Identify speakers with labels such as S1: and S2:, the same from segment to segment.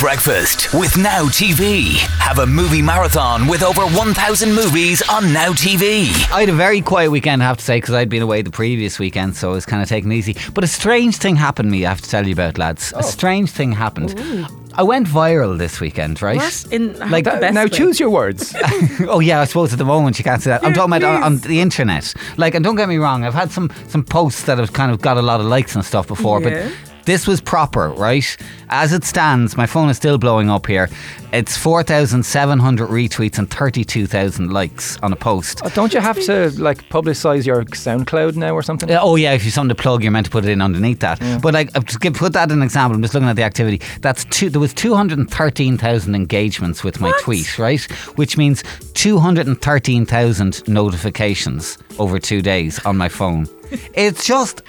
S1: Breakfast with Now TV. Have a movie marathon with over 1,000 movies on Now TV.
S2: I had a very quiet weekend, I have to say, because I'd been away the previous weekend, so I was kind of taking it easy. But a strange thing happened to me, I have to tell you about, lads.
S3: Oh.
S2: A strange thing happened. I went viral this weekend, right?
S3: What? In-
S2: like
S3: the best
S4: now
S3: way.
S4: choose your words.
S2: oh yeah, I suppose at the moment you can't see that. I'm
S3: Yeah,
S2: talking about on, on
S3: please.
S2: the internet. Like, and don't get me wrong, I've had some some posts that have kind of got a lot of likes and stuff before,
S3: Yeah.
S2: but. This was proper, right? As it stands, my phone is still blowing up here. It's 4,700 retweets and 32,000 likes on a post.
S4: Uh, Don't you have to like publicize your SoundCloud now or something?
S2: Yeah, Oh yeah, if you have something to plug, you're meant to put it in underneath that. But like, I've just give, put that as an example. I'm just looking at the activity. That's two. There was two hundred and thirteen thousand engagements with my tweet, right? Which means two hundred and thirteen thousand notifications over two days on my phone. It's just,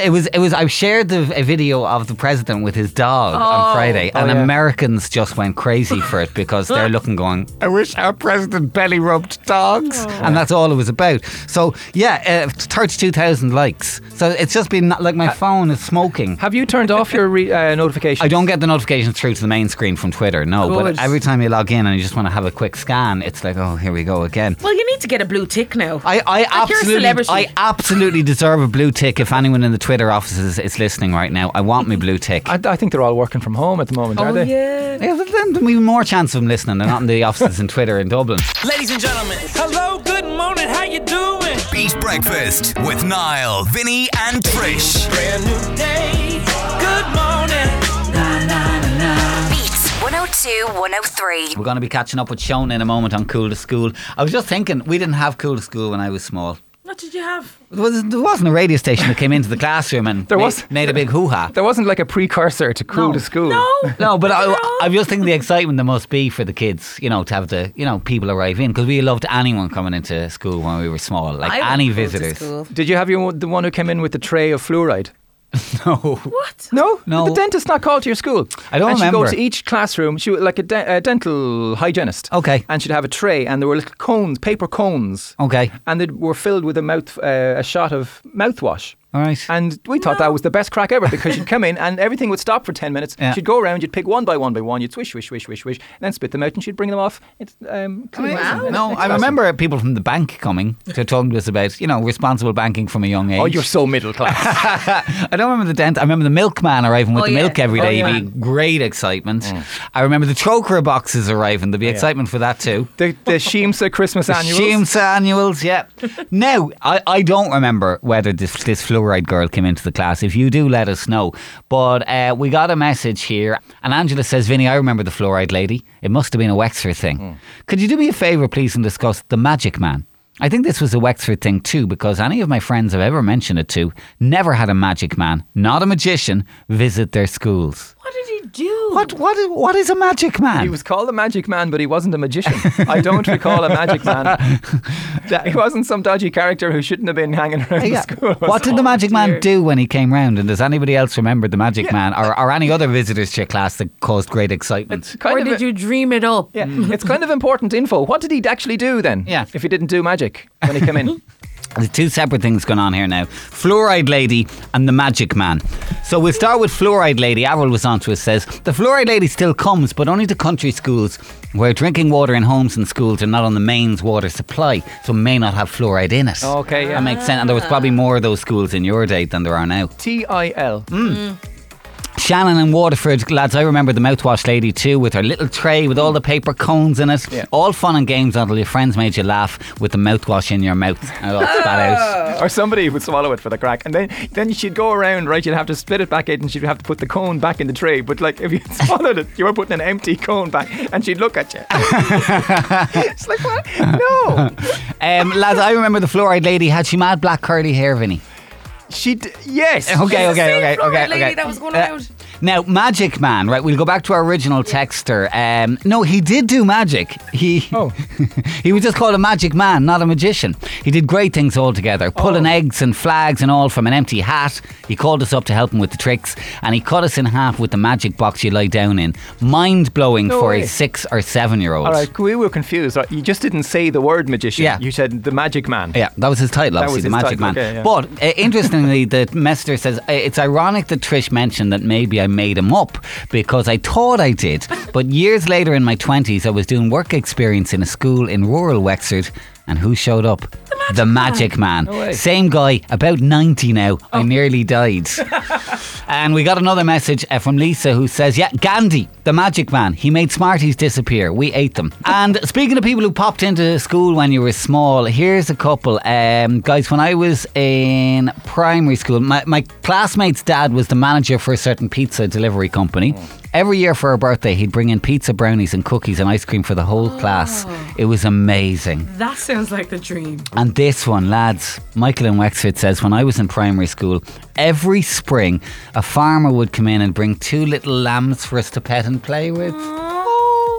S2: it was, it was. I shared the, a video of the president with his dog on Friday, and
S4: yeah.
S2: Americans just went crazy for it because they're looking, going, "I wish our president belly rubbed dogs,"
S3: Oh.
S2: and that's all it was about. So yeah, uh, thirty-two thousand likes. So it's just been like my phone is smoking.
S4: Have you turned off your re- uh, notification?
S2: I don't get the notifications through to the main screen from Twitter, no.
S4: Good.
S2: But every time you log in and you just want to have a quick scan, it's like, oh, here we go again.
S3: Well, you need to get a blue tick now.
S2: I, I
S3: Like, you're a
S2: absolutely,
S3: celebrity.
S2: I absolutely deserve a blue tick. If anyone in the Twitter offices is listening right now, I want my blue tick.
S4: I, I think they're all working from home at the moment, are
S3: oh
S4: they?
S3: yeah.
S2: Yeah, but then there'll be more chance of them listening. They're not in the offices in Twitter in Dublin.
S1: Ladies and gentlemen,
S5: Hello, good morning, how you doing?
S1: Beat Breakfast with Niall, Vinny, and Trish.
S5: Brand new day, good morning.
S6: Beats 102 103.
S2: We're going to be catching up with Sean in a moment on Cool to School. I was just thinking, we didn't have Cool to School when I was small.
S3: What did you have?
S2: There, was, there wasn't a radio station that came into the classroom and
S4: There
S2: ma-
S4: was.
S2: made a big hoo ha.
S4: There wasn't like a precursor to Cool
S2: No.
S4: to School.
S3: No.
S2: No, but I,
S3: No.
S2: I'm just thinking the excitement there must be for the kids, you know, to have the, you know, people arrive in because we loved anyone coming into school when we were small, like
S3: I
S2: any
S3: went to
S2: visitors.
S3: school.
S4: Did you have your, the one who came in with the tray of fluoride?
S2: No,
S3: What?
S4: No,
S2: No.
S4: Did The dentist not called to your school.
S2: I don't
S4: and
S2: remember.
S4: She'd go to each classroom. She was like a, de- a dental hygienist.
S2: Okay.
S4: And she'd have a tray, and there were little cones, paper cones.
S2: Okay.
S4: And they were filled with a mouth, uh, a shot of mouthwash.
S2: all right.
S4: And we thought that was the best crack ever because you'd come in and everything would stop for 10 minutes.
S2: Yeah.
S4: She'd go around, you'd pick one by one by one, you'd swish, swish, swish, swish, swish, and then spit them out and she'd bring them off. It's, um, clean
S2: Amazing.
S4: waste and- and
S2: No,
S4: it's
S2: I
S4: awesome.
S2: remember people from the bank coming to talk to us about, you know, responsible banking from a young age.
S4: Oh, you're so middle class.
S2: I don't remember the dent. I remember the milkman arriving with
S3: Oh,
S2: the
S3: yeah.
S2: milk every
S3: Oh,
S2: day.
S3: yeah.
S2: It'd be great excitement. I remember the choker boxes arriving. There'd be excitement for that too.
S4: the the Sheemsa Christmas annuals.
S2: Shames annuals, yeah. now, I, I don't remember whether this, this fluoride girl came into the class. If you do, let us know. But uh, we got a message here, and Angela says, Vinny, I remember the fluoride lady. It must have been a Wexford thing. Could you do me a favour, please, and discuss the magic man? I think this was a Wexford thing too, because any of my friends I've ever mentioned it to never had a magic man, not a magician, visit their schools.
S3: What did he do?
S2: What what is- what is a magic man?
S4: He was called a magic man, but he wasn't a magician. I don't recall a magic man. he wasn't some dodgy character who shouldn't have been hanging around
S2: Yeah.
S4: the school.
S2: What did the Magic Man do when he came round? And does anybody else remember the Magic Man or, or any other visitors to your class that caused great excitement?
S4: Kind
S3: or
S4: of
S3: did
S4: a-
S3: you dream it up?
S4: Yeah, it's kind of important info. What did he actually do then?
S2: Mm. Yeah.
S4: If he didn't do magic when he came in.
S2: There's two separate things going on here now Fluoride Lady and the Magic Man. So we'll start with Fluoride Lady. Avril was onto us says The Fluoride Lady still comes, but only to country schools where drinking water in homes and schools are not on the mains water supply, so may not have fluoride in it.
S4: Okay, yeah.
S2: That makes sense. And there was probably more of those schools in your day than there are now.
S4: T I L.
S2: Shannon and Waterford, lads, I remember the mouthwash lady too, with her little tray with all the paper cones in it.
S4: Yeah.
S2: All fun and games until your friends made you laugh with the mouthwash in your mouth and it all spat out.
S4: Or somebody would swallow it for the crack, and then then she'd go around, right? You'd have to spit it back in, and she'd have to put the cone back in the tray. But like, if you swallowed it, you were putting an empty cone back, and she'd look at you. it's like what? No,
S2: Um, lads, I remember the fluoride lady. Had she mad black curly hair, Vinny?
S4: she. D- yes.
S2: Okay,
S3: It's the
S2: okay,
S3: same
S2: okay,
S3: fluoride
S2: okay,
S3: lady
S2: okay.
S3: that was going
S2: Uh,
S3: around.
S2: Now, Magic Man, right? We'll go back to our original texter. Um, no, he did do magic. He
S4: Oh.
S2: he was just called a magic man, not a magician. He did great things altogether,
S4: Oh.
S2: pulling eggs and flags and all from an empty hat. He called us up to help him with the tricks, and he cut us in half with the magic box you lie down in. Mind blowing
S4: No
S2: for
S4: way.
S2: a six or seven year old.
S4: All right, we were confused. Right, You just didn't say the word magician.
S2: Yeah.
S4: You said the magic man.
S2: Yeah, that was his title,
S4: That
S2: obviously,
S4: was
S2: The Magic
S4: his title,
S2: Man.
S4: okay, yeah.
S2: But uh, interestingly, the messenger says, "Uh, It's ironic that Trish mentioned that maybe I made them up because I thought I did. But years later in my 20s, I was doing work experience in a school in rural Wexford, and who showed up? The Magic, Man. Oh.
S4: way.
S2: Same guy, about 90 now. I nearly died. And we got another message uh, from Lisa who says, Yeah, Gandhi, the magic man, he made Smarties disappear. We ate them. And speaking of people who popped into school when you were small, here's a couple. Um, guys, when I was in primary school, my, my classmate's dad was the manager for a certain pizza delivery company. Every year for her birthday, he'd bring in pizza, brownies, and cookies and ice cream for the whole class. It was amazing.
S3: That sounds like the dream.
S2: And this one, lads, Michael in Wexford says, when I was in primary school, every spring a farmer would come in and bring two little lambs for us to pet and play with.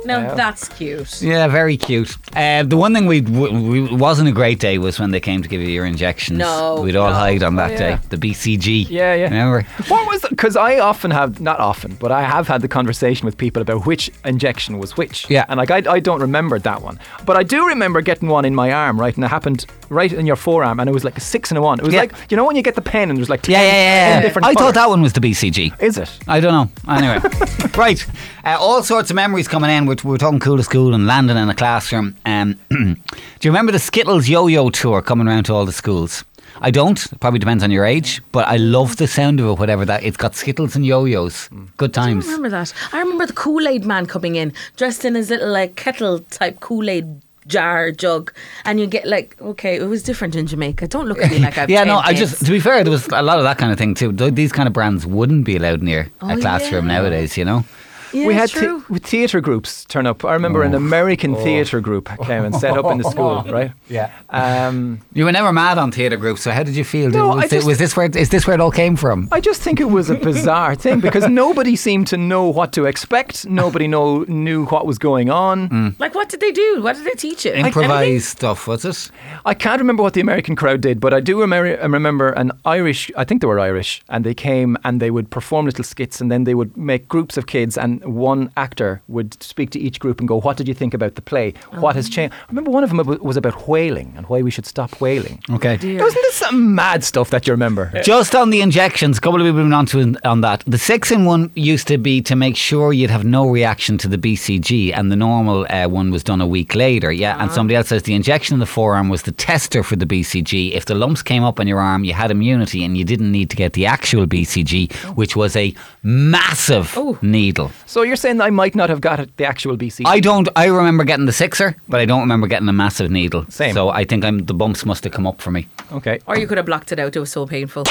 S3: Now that's cute.
S2: Yeah, very cute. Uh, the one thing we, we wasn't a great day was when they came to give you your injections.
S3: No,
S2: we'd all
S3: no.
S2: hide on that
S4: Oh, yeah.
S2: day. The BCG.
S4: Yeah, yeah.
S2: Remember?
S4: What was because I often have not often, but I have had the conversation with people about which injection was which.
S2: Yeah.
S4: and like I, I don't remember that one, but I do remember getting one in my arm, right, and it happened right in your forearm, and it was like a six and a one. It was
S2: Yeah.
S4: like you know when you get the pen and there's like
S2: Yeah,
S4: 10
S2: yeah, yeah.
S4: different.
S2: I thought
S4: colours.
S2: that one was the BCG.
S4: is it.
S2: I don't know. Anyway, right. Uh, all sorts of memories coming in. We're, we're talking cool to school and landing in a classroom. Um, do you remember the Skittles yo-yo tour coming around to all the schools? I don't. It Probably depends on your age, but I love the sound of it. Whatever that, it's got Skittles and yo-yos.
S4: Mm.
S2: Good times.
S3: I remember that. I remember the Kool Aid man coming in, dressed in his little like kettle type Kool Aid jar jug, and you get like, okay, it was different in Jamaica. Don't look at me like I've
S2: Yeah, no.
S3: 10
S2: I just
S3: kids.
S2: to be fair, there was a lot of that kind of thing too. Th- These kind of brands wouldn't be allowed near
S3: Oh,
S2: a classroom
S3: yeah.
S2: nowadays. You know.
S3: Yeah,
S4: we had
S3: it's true.
S4: with theatre groups turn up. I remember
S2: Oh.
S4: an American theatre group came and set up in the school, right?
S2: Yeah.
S4: Um,
S2: You were never mad on theatre groups, so how did you feel?
S4: No,
S2: was,
S4: I just-
S2: was this where is this where it all came from?
S4: I just think it was a bizarre thing because nobody seemed to know what to expect. Nobody know, knew what was going on.
S2: Mm.
S3: like, what did they do? What did they teach you? Like, anything?
S2: Improvised stuff, was it?
S4: I can't remember what the American crowd did, but I do remember, remember an Irish, I think they were Irish, and they came and they would perform little skits and then they would make groups of kids and one actor would speak to each group and go, What did you think about the play? What has changed? I remember one of them ab- was about whaling and why we should stop whaling.
S2: Okay.
S4: Wasn't this some mad stuff that you remember?
S2: Just on the injections, a couple of people went on to on that. The six in one used to be to make sure you'd have no reaction to the BCG, and the normal uh, one was done a week later. Yeah, and somebody else says the injection in the forearm was the tester for the BCG. If the lumps came up on your arm, you had immunity, and you didn't need to get the actual BCG, which was a massive needle.
S4: So you're saying I might not have got it- the actual BC?
S2: I don't. I remember getting the sixer, but I don't remember getting a massive needle.
S4: Same.
S2: So I think I'm the bumps must have come up for me.
S4: Okay.
S3: Or you could have blocked it out. It was so painful.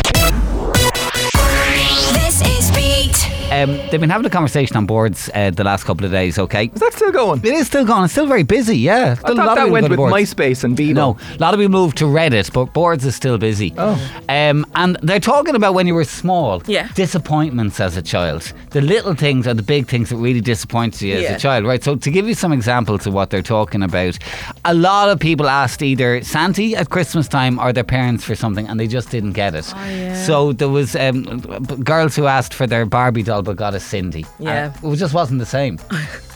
S6: This is Beat.
S2: Um, they've been having a conversation on boards uh, the last couple of days. Okay.
S4: Is that still going?
S2: It is still gone. It's still very busy. Yeah,
S4: I
S2: still
S4: thought that
S2: people
S4: went
S2: go
S4: with
S2: to boards.
S4: MySpace and Bebo.
S2: No, a lot of people moved to Reddit, but boards is still busy. Oh, um, and they're talking about when you were small.
S3: Yeah.
S2: disappointments as a child. The little things are the big things that really disappoints you as
S3: Yeah.
S2: a child, right? So to give you some examples of what they're talking about, a lot of people asked either Santi at Christmas time or their parents for something, and they just didn't get
S3: Oh,
S2: it. So there was um, b- girls who asked for their Barbie doll but got a Cindy.
S3: Yeah.
S2: And it just wasn't the same.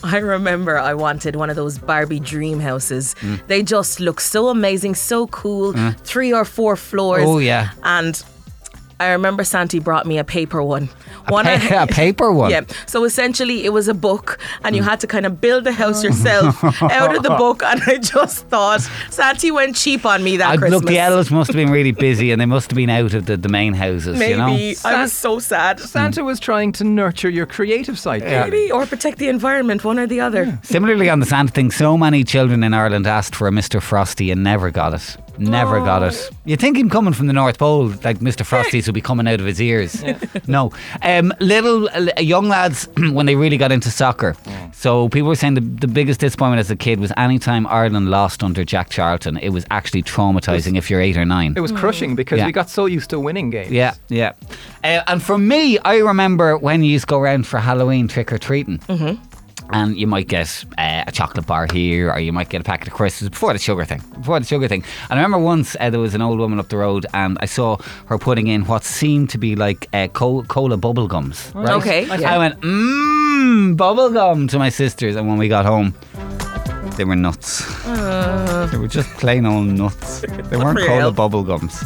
S3: I remember I wanted one of those Barbie dream houses. They just look so amazing, so cool. Three or four floors.
S2: Mm. Oh, yeah.
S3: And I remember Santi brought me a paper one. One I-
S2: a paper one. Mm.
S3: Yeah. So essentially, it was a book, and you had to kind of build the house yourself out of the book. And I just thought Santi went cheap on me that
S2: I,
S3: Christmas.
S2: look, the elves must have been really busy, and they must have been out of the, the main houses.
S3: Maybe
S2: You know,
S3: I was so sad.
S2: Mm.
S4: Santa was trying to nurture your creative side. there.
S3: Maybe or protect the environment, one or the other.
S2: similarly on the Santa thing, so many children in Ireland asked for a Mr. Frosty and never got it. Never got it. You think him coming from the North Pole, like Mr. Frosty's would be coming out of his ears. No, um, little uh, young lads when they really got into soccer. So people were saying the, the biggest disappointment as a kid was any time Ireland lost under Jack Charlton. It was actually traumatizing if you're eight or nine.
S4: It was crushing because
S2: Yeah.
S4: we got so used to winning games.
S2: Yeah, yeah. Uh, and for me, I remember when you used to go around for Halloween trick or treating. Mm-hmm. And you might get uh, a chocolate bar here, or you might get a packet of crisps before the sugar thing. Before the sugar thing. And I remember once uh, there was an old woman up the road, and I saw her putting in what seemed to be like uh, co- cola bubble gums. Right?
S3: Mm, Okay,
S2: I "Mm,
S3: yeah.
S2: went, mmm, bubble gum to my sisters. And when we got home, They were nuts.
S3: Mm.
S2: They were just plain old nuts. They weren't
S3: real.
S2: called bubble gums.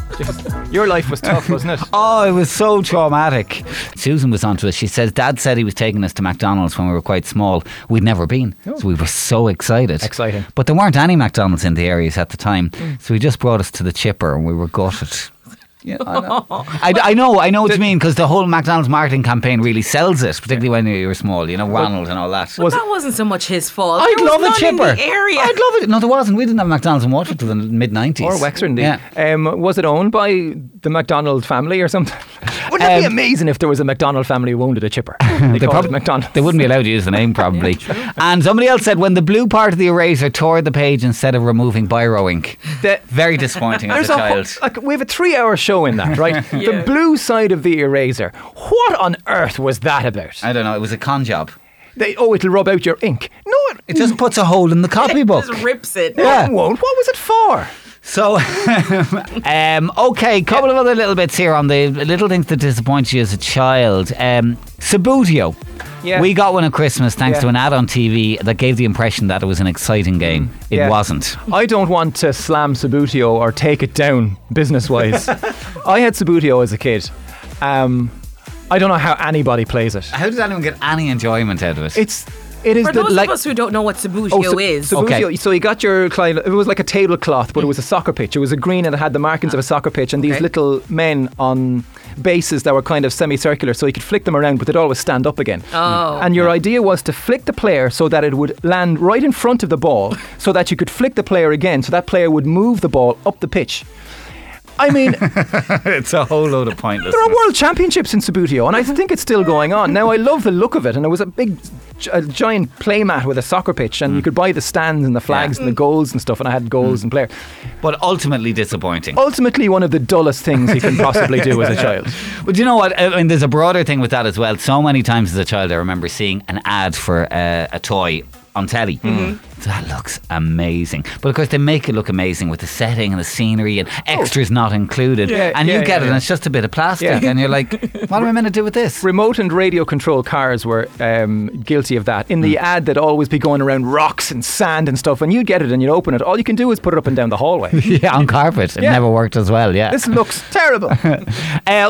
S4: Your life was tough, wasn't it?
S2: Oh, it was so traumatic. Susan was onto us. She says, Dad said he was taking us to McDonald's when we were quite small. We'd never been. So we were so excited.
S4: Exciting.
S2: But there weren't any McDonald's in the areas at the time. So he just brought us to the chipper and we were gutted. Yeah, I know. I, I know, I know what you mean because the whole McDonald's marketing campaign really sells it, particularly when you were small, you know, Ronald and all that.
S4: Was
S3: that wasn't so much his fault.
S2: I'd
S3: There was
S2: love a
S3: none
S2: chipper.
S3: In the area.
S2: I'd love it. No, there wasn't. We didn't have McDonald's in Waterford till the mid 90s.
S4: Or Wexford, indeed.
S2: Yeah.
S4: Um, was it owned by the McDonald family or something? Wouldn't it be
S2: Um,
S4: amazing if there was a McDonald family who owned a chipper?
S2: They,
S4: They, called
S2: prob-
S4: it McDonald.
S2: they wouldn't be allowed to use the name, probably. and somebody else said when the blue part of the eraser tore the page instead of removing biro ink.
S4: The-
S2: Very disappointing as
S4: There's
S2: a
S4: a whole-
S2: child.
S4: like, we have a three-hour show in that, right?
S3: Yeah.
S4: The blue side of the eraser. What on earth was that about?
S2: I don't know. It was a con job.
S4: They, oh, it'll rub out your ink. No, it,
S2: It just puts a hole in the copybook.
S3: Just rips it.
S4: no,
S2: Yeah.
S4: it won't. What was it for?
S2: So, um, okay, couple of other little bits here on the little things that disappoint you as a child. Um, Sabutio.
S4: Yeah.
S2: We got one at Christmas thanks
S4: Yeah.
S2: to an ad on TV that gave the impression that it was an exciting game. It
S4: Yeah.
S2: wasn't.
S4: I don't want to slam Sabutio or take it down business wise. I had Sabutio as a kid. Um, I don't know how anybody plays it.
S2: How did anyone get any enjoyment out of it?
S4: It's it is
S3: For
S4: the
S3: those
S4: like
S3: of us who don't know what Sabutio
S4: Sab-
S3: is, Mm.
S4: Sabutio.
S2: Okay.
S4: Oh, So you got your client. It was like a tablecloth, but it was a soccer pitch. It was a green and it had the markings of a soccer pitch and these
S2: Okay.
S4: little men on bases that were kind of semicircular, so you could flick them around, but they'd always stand up again.
S3: Oh.
S4: And your idea was to flick the player so that it would land right in front of the ball, so that you could flick the player again, so that player would move the ball up the pitch. I mean,
S2: It's a whole load of pointless.
S4: there are world championships in Sabutio, and I think it's still going on. Now, I love the look of it, and it was a big, gi- a giant playmat with a soccer pitch, and you could buy the stands and the flags and the goals and stuff, and I had goals and players.
S2: but ultimately disappointing.
S4: Ultimately, one of the dullest things you can possibly do as a child.
S2: But you know what? I mean, there's a broader thing with that as well. So many times as a child, I remember seeing an ad for uh, a toy on telly.
S4: Mm-hmm.
S2: That looks amazing. But of course, they make it look amazing with the setting and the scenery and extras not included.
S4: Oh. Yeah,
S2: and
S4: yeah,
S2: you get
S4: yeah,
S2: it,
S4: yeah.
S2: and it's just a bit of plastic.
S4: Yeah.
S2: And you're like, what am I meant to do with this?
S4: Remote and radio control cars were um, guilty of that. In the ad, they'd always be going around rocks and sand and stuff, and you'd get it and you'd open it. All you can do is put it up and down the hallway.
S2: yeah, on carpet. It
S4: Yeah.
S2: never worked as well. Yeah.
S4: this looks terrible.
S2: Uh,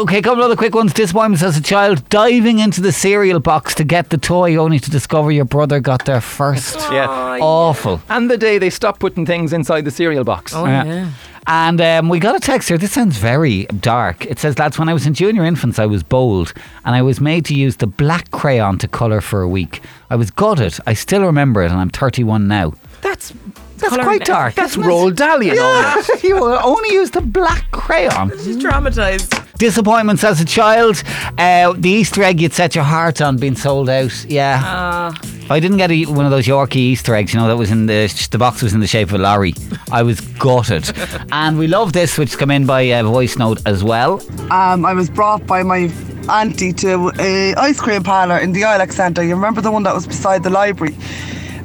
S2: okay, a couple of other quick ones. Disappointments as a child. Diving into the cereal box to get the toy only to discover your brother got there first.
S4: yeah.
S2: Awful.
S4: And the day they stopped putting things inside the cereal box.
S3: Oh,
S2: Yeah.
S3: yeah.
S2: Uh, And um, we got a text here. This sounds very dark. It says, lads, when I was in junior infants, I was bold and I was made to use the black crayon to colour for a week. I was gutted. I still remember it and I'm 31 now.
S4: That's
S2: That's
S3: Colouring
S2: quite
S3: it.
S2: dark.
S4: That's Roald Dahl, you know.
S2: you only use the black crayon.
S3: She's traumatized.
S2: Disappointments as a child. Uh, the Easter egg you'd set your heart on being sold out. Yeah.
S3: Uh,
S2: I didn't get a, one of those Yorkie Easter eggs. You know that was in the the box was in the shape of a lorry. I was gutted, and we love this, which come in by uh, voice note as well.
S7: Um, I was brought by my auntie to a ice cream parlour in the Ilex Centre. You remember the one that was beside the library?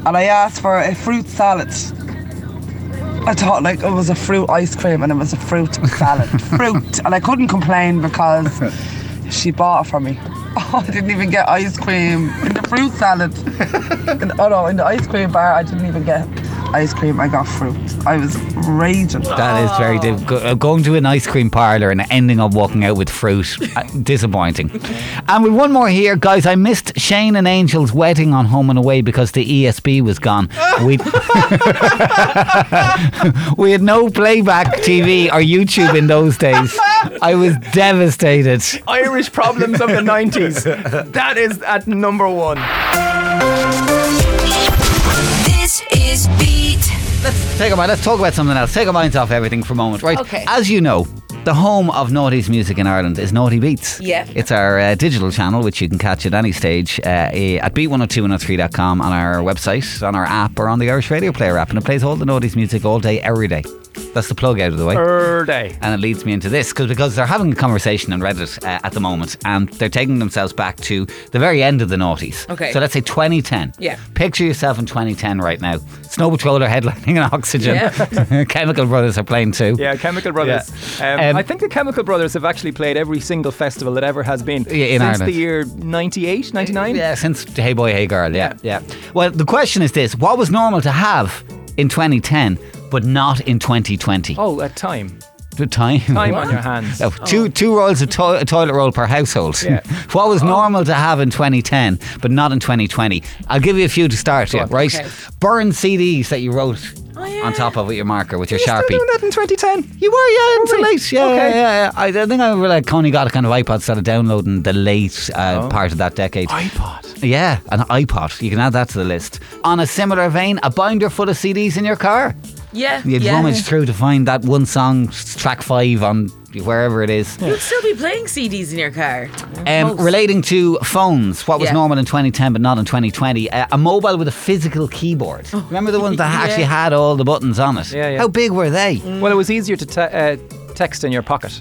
S7: And I asked for a fruit salad. I thought like it was a fruit ice cream and it was a fruit salad. fruit. And I couldn't complain because she bought it for me. Oh, I didn't even get ice cream in the fruit salad. In, oh no, in the ice cream bar, I didn't even get ice cream. I got fruit. I was raging.
S2: That is very diff- go- uh, going to an ice cream parlor and ending up walking out with fruit. Uh, Disappointing. And we one more here, guys. I missed Shane and Angel's wedding on Home and Away because the ESB was gone. We we had no playback TV or YouTube in those days. I was devastated.
S4: Irish problems of the 90s. That is at number one.
S6: This is Beat.
S2: Take a mind. Let's talk about something else. Take our minds off everything for a moment, right?
S3: Okay.
S2: As you know, the home of Naughty's music in Ireland is Naughty Beats.
S3: Yeah.
S2: It's our uh, digital channel, which you can catch at any stage uh, eh, at beat102103.com on our website, on our app, or on the Irish Radio Player app. And it plays all the Naughty's music all day, every day. That's the plug out of the way.
S4: Per day.
S2: and it leads me into this 'cause- because they're having a conversation on Reddit uh, at the moment, and they're taking themselves back to the very end of the noughties.
S3: Okay.
S2: So let's say 2010.
S3: Yeah.
S2: Picture yourself in 2010 right now. Snow Patrol are headlining on Oxygen. Chemical Brothers are playing too.
S4: Yeah, Chemical Brothers.
S2: Yeah.
S4: Um,
S2: Um,
S4: I think the Chemical Brothers have actually played every single festival that ever has been
S2: Yeah, in
S4: since
S2: Ireland.
S4: the year 98, 99.
S2: Yeah, since Hey Boy, Hey Girl. Yeah, yeah. Well, the question is this what was normal to have in 2010 but not in 2020?
S4: Oh, at time.
S2: The time.
S4: Time on your hands.
S2: Oh, Two two rolls of to- toilet roll per household.
S4: Yeah.
S2: what
S3: Oh.
S2: was normal to have in 2010, but not in 2020. I'll give you a few to start here,
S4: on.
S2: right?
S3: Okay.
S2: Burn CDs that you wrote
S3: Oh, yeah.
S2: on top of with your marker with your
S4: Still
S2: sharpie.
S4: doing that in 2010.
S2: You were, yeah, until
S4: we?
S2: late. Yeah,
S4: Okay.
S2: yeah, yeah, yeah. I, I think I like only got a kind of iPod started downloading the late uh,
S3: Oh.
S2: part of that decade.
S4: iPod.
S2: yeah, an iPod. You can add that to the list. On a similar vein, a binder full of CDs in your car.
S3: Yeah.
S2: You'd
S3: yeah.
S2: rummage through to find that one song, track five on wherever it is.
S3: You'd still be playing CDs in your car.
S2: Um,
S3: Most.
S2: relating to phones, what was
S3: Yeah.
S2: normal in 2010 but not in 2020? Uh, a mobile with a physical keyboard. Remember the ones that
S3: Yeah.
S2: actually had all the buttons on it?
S4: Oh. Yeah, Mm. yeah.
S2: How big were they?
S4: Well, it was easier to te- uh, text in your pocket.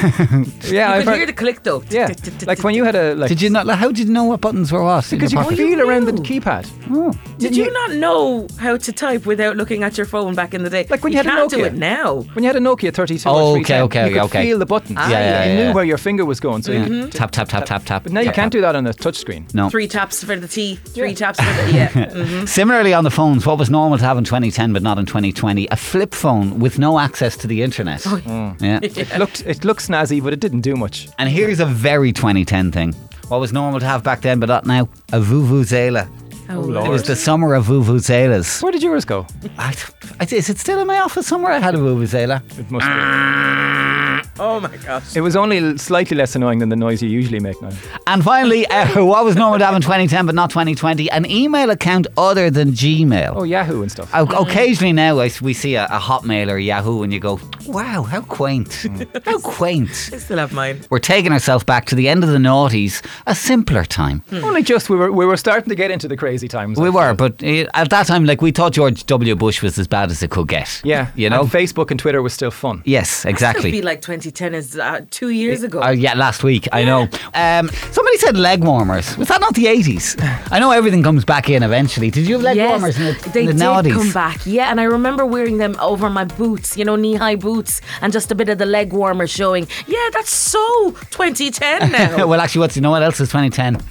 S4: yeah,
S3: You
S4: I've
S3: could
S4: heard-
S3: hear the click though.
S4: Yeah, like when you had a like.
S2: Did you not? How did you know what buttons were what? in
S4: Because you
S2: your
S4: could
S2: pocket?
S4: feel around the
S3: knew.
S4: keypad.
S2: Oh.
S3: Did you not know how to type without looking at your phone back in the day?
S4: Like when you had a
S3: can't do
S4: Nokia.
S3: it now.
S4: When you had a Nokia 32
S2: Oh,
S4: or
S2: okay,
S4: 310,
S2: okay,
S4: you could
S2: okay.
S4: feel the buttons.
S2: Ah, yeah,
S4: you
S2: yeah. Mm-hmm.
S4: knew where your finger was going. So, you could-
S2: Tap tap tap tap tap.
S4: but now you
S2: tap,
S4: can't
S2: tap.
S4: do that on a touchscreen.
S2: No.
S3: Three taps for the T. Three
S4: Yeah.
S3: taps for the yeah. Mhm.
S2: Similarly, on the phones, what was normal to have in 2010 but not in 2020? A flip phone with no access to the internet.
S4: Oh,
S2: Mm. yeah.
S4: It looked it looked snazzy, but it didn't do much.
S2: And here's a very 2010 thing. What was normal to have back then, but not now? A vuvuzela.
S3: Oh,
S2: It was
S4: Lord.
S2: the summer of vuvuzelas.
S4: Where did yours go?
S2: I, I, is it still in my office somewhere? I had a vuvuzela.
S4: It must be.
S3: oh my gosh.
S4: It was only l- slightly less annoying than the noise you usually make now.
S2: And finally, uh, what was normal to have in 2010 but not 2020? An email account other than Gmail.
S4: Oh, Yahoo and stuff.
S2: O- Occasionally now I s- we see a, a Hotmail or a Yahoo and you go, wow, how quaint.
S4: Mm.
S2: how quaint.
S3: I still have mine.
S2: We're taking ourselves back to the end of the noughties, a simpler time.
S4: Only just we were we were starting to get into the crazy times.
S2: We were, but uh, at that time, like, we thought George W. Bush was as bad as it could get.
S4: Yeah,
S2: You know?
S4: And Facebook and Twitter was still fun.
S2: yes,
S3: It'd be
S2: exactly.
S3: like 2010 is uh, two years ago.
S2: Uh, yeah, last week, I know. Um, somebody said leg warmers. Was that not the 80s? I know everything comes back in eventually. Did you have leg warmers in the,
S3: they
S2: in the
S3: did
S2: noughties?
S3: come back. Yeah, and I remember wearing them over my boots, you know, knee-high boots, and just a bit of the leg warmer showing. Yeah, that's so 2010 now.
S2: well, actually, what's you know what else is 2010?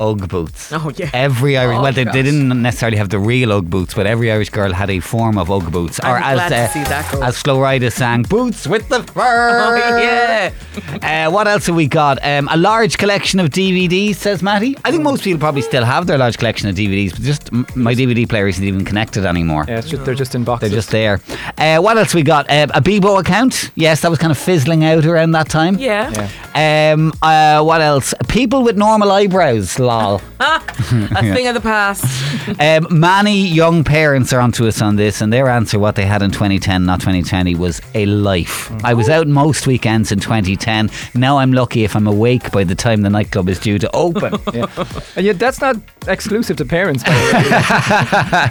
S2: Ugg boots.
S3: Oh, yeah.
S2: Every Irish.
S3: Oh,
S2: well, they, they
S3: gosh.
S2: didn't necessarily have the real Ugg boots, but every Irish girl had a form of Ugg boots. uh,
S3: I'm glad to see that go.
S2: as Flo Rida sang, "Boots with the fur."
S3: Oh, yeah.
S2: Uh, what else have we got? Um, a large collection of DVDs, says Matty. I think most people probably still have their large collection of DVDs, but just m- my DVD player isn't even connected anymore.
S4: Yeah, it's just, they're just in
S2: They're
S4: boxes.
S2: just there. Uh, what else we got? Uh, a Bebo account. Yes, that was kind of fizzling out around that time.
S3: Yeah.
S4: Yeah.
S2: Um, uh, what else? People with normal eyebrows, lol.
S3: A thing of the past.
S2: um, many young parents are onto us on this, and their answer, what they had in 2010, not 2020, was a life.
S4: Mm.
S2: I was out most weekends in 2010. Now I'm lucky if I'm awake by the time the nightclub is due to open.
S4: Yeah. And yet that's not exclusive to parents. By the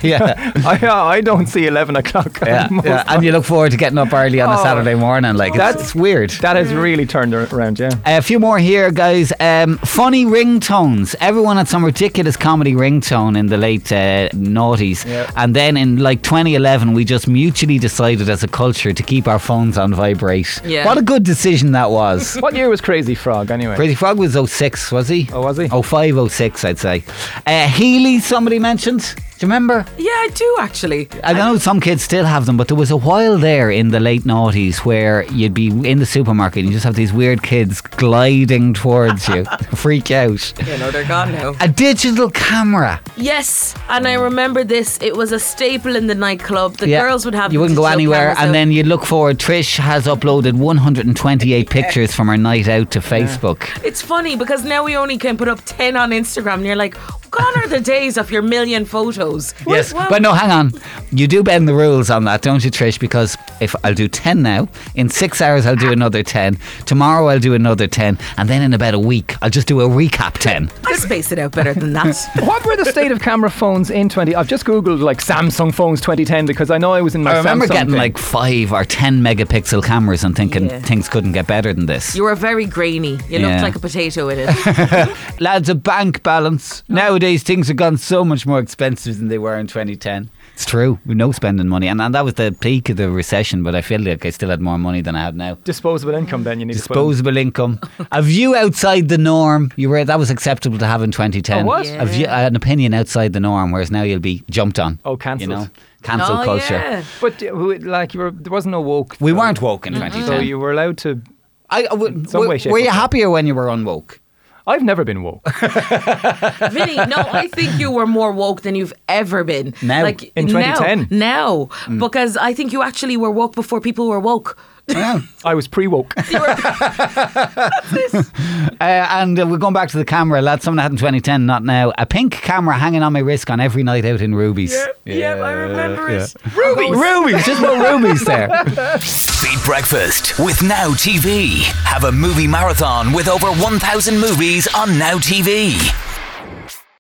S4: way.
S2: yeah.
S4: I, I don't see eleven o'clock.
S2: Yeah,
S4: most
S2: yeah. and you look forward to getting up early on a
S4: Oh.
S2: Saturday morning. Like it's-
S4: That's-
S2: it's weird.
S4: That has really turned ar- around, yeah.
S2: A few more here, guys. Um, funny ringtones. Everyone had some ridiculous comedy ringtone in the late uh, noughties.
S4: Yeah.
S2: And then in like 2011, we just mutually decided as a culture to keep our phones on vibrate.
S3: Yeah.
S2: What a good decision that was.
S4: What year was Crazy Frog anyway?
S2: Crazy Frog was 06, was he?
S4: Oh, was he?
S2: 05, 06, I'd say. Uh, Healy, somebody mentioned. Do you remember?
S3: Yeah, I do actually.
S2: I know some kids still have them, but there was a while there in the late noughties where you'd be in the supermarket and you just have these weird kids gliding towards you. Freak out.
S3: You know, they're gone now.
S2: A digital camera.
S3: Yes, and I remember this. It was a staple in the nightclub. The
S2: Yeah.
S3: girls would have.
S2: You wouldn't go
S3: digital
S2: anywhere,
S3: cameras
S2: and
S3: out.
S2: then you look forward. Trish has uploaded 128 pictures from her night out to Facebook.
S3: It's funny because now we only can put up 10 on Instagram, and you're like, gone are the days of your million photos.
S2: Yes,
S3: Well,
S2: but no, hang on. You do bend the rules on that, don't you, Trish? Because if I'll do 10 now, in six hours I'll do another 10, tomorrow I'll do another 10, and then in about a week I'll just do a recap 10.
S3: I space it out better than that.
S4: What were the state of camera phones in 20? I've just googled like Samsung phones 2010 because I know I was in my
S2: I remember
S4: Samsung
S2: getting
S4: thing.
S2: like five or ten megapixel cameras and thinking
S3: Yeah.
S2: things couldn't get better than this.
S3: you were very grainy. You
S2: Yeah.
S3: looked like a potato in it. Oh.
S2: Lads, a bank balance. Nowadays, things have gone so much more expensive than they were in 2010. It's true. We've no spending money. And, and that was the peak of the recession, but I feel like I still had more money than I have now.
S4: Disposable income, then you need to
S2: Disposable income, a view outside the norm. You were that was acceptable to have in 2010.
S4: It Oh, was?
S2: A view, an opinion outside the norm, whereas now you'll be jumped on.
S4: Oh, cancelled.
S2: You know, cancel
S3: Oh,
S2: culture.
S3: yeah.
S4: put in. But uh, who- like, you were, there was no woke.
S2: We
S4: so-
S2: weren't woke in 2010.
S4: Mm-hmm. So you were allowed to.
S2: I, I would-
S4: some
S2: were-
S4: way, shape,
S2: were
S4: or
S2: you
S4: form.
S2: happier when you were unwoke?
S4: I've never been woke.
S3: Vinny, no, I think you were more woke than you've ever been.
S2: Now.
S4: In 2010.
S3: Now. now Because I think you actually were woke before people were woke.
S4: I was pre woke.
S3: You were-
S2: Uh, and uh, we're going back to the camera, lad. Something happened in 2010, not now. A pink camera hanging on my wrist on every night out in Ruby's.
S3: yeah, I remember it.
S2: Ruby, Ruby's, just more Ruby's there.
S1: Beat Breakfast with Now TV. Have a movie marathon with over 1,000 movies on Now TV.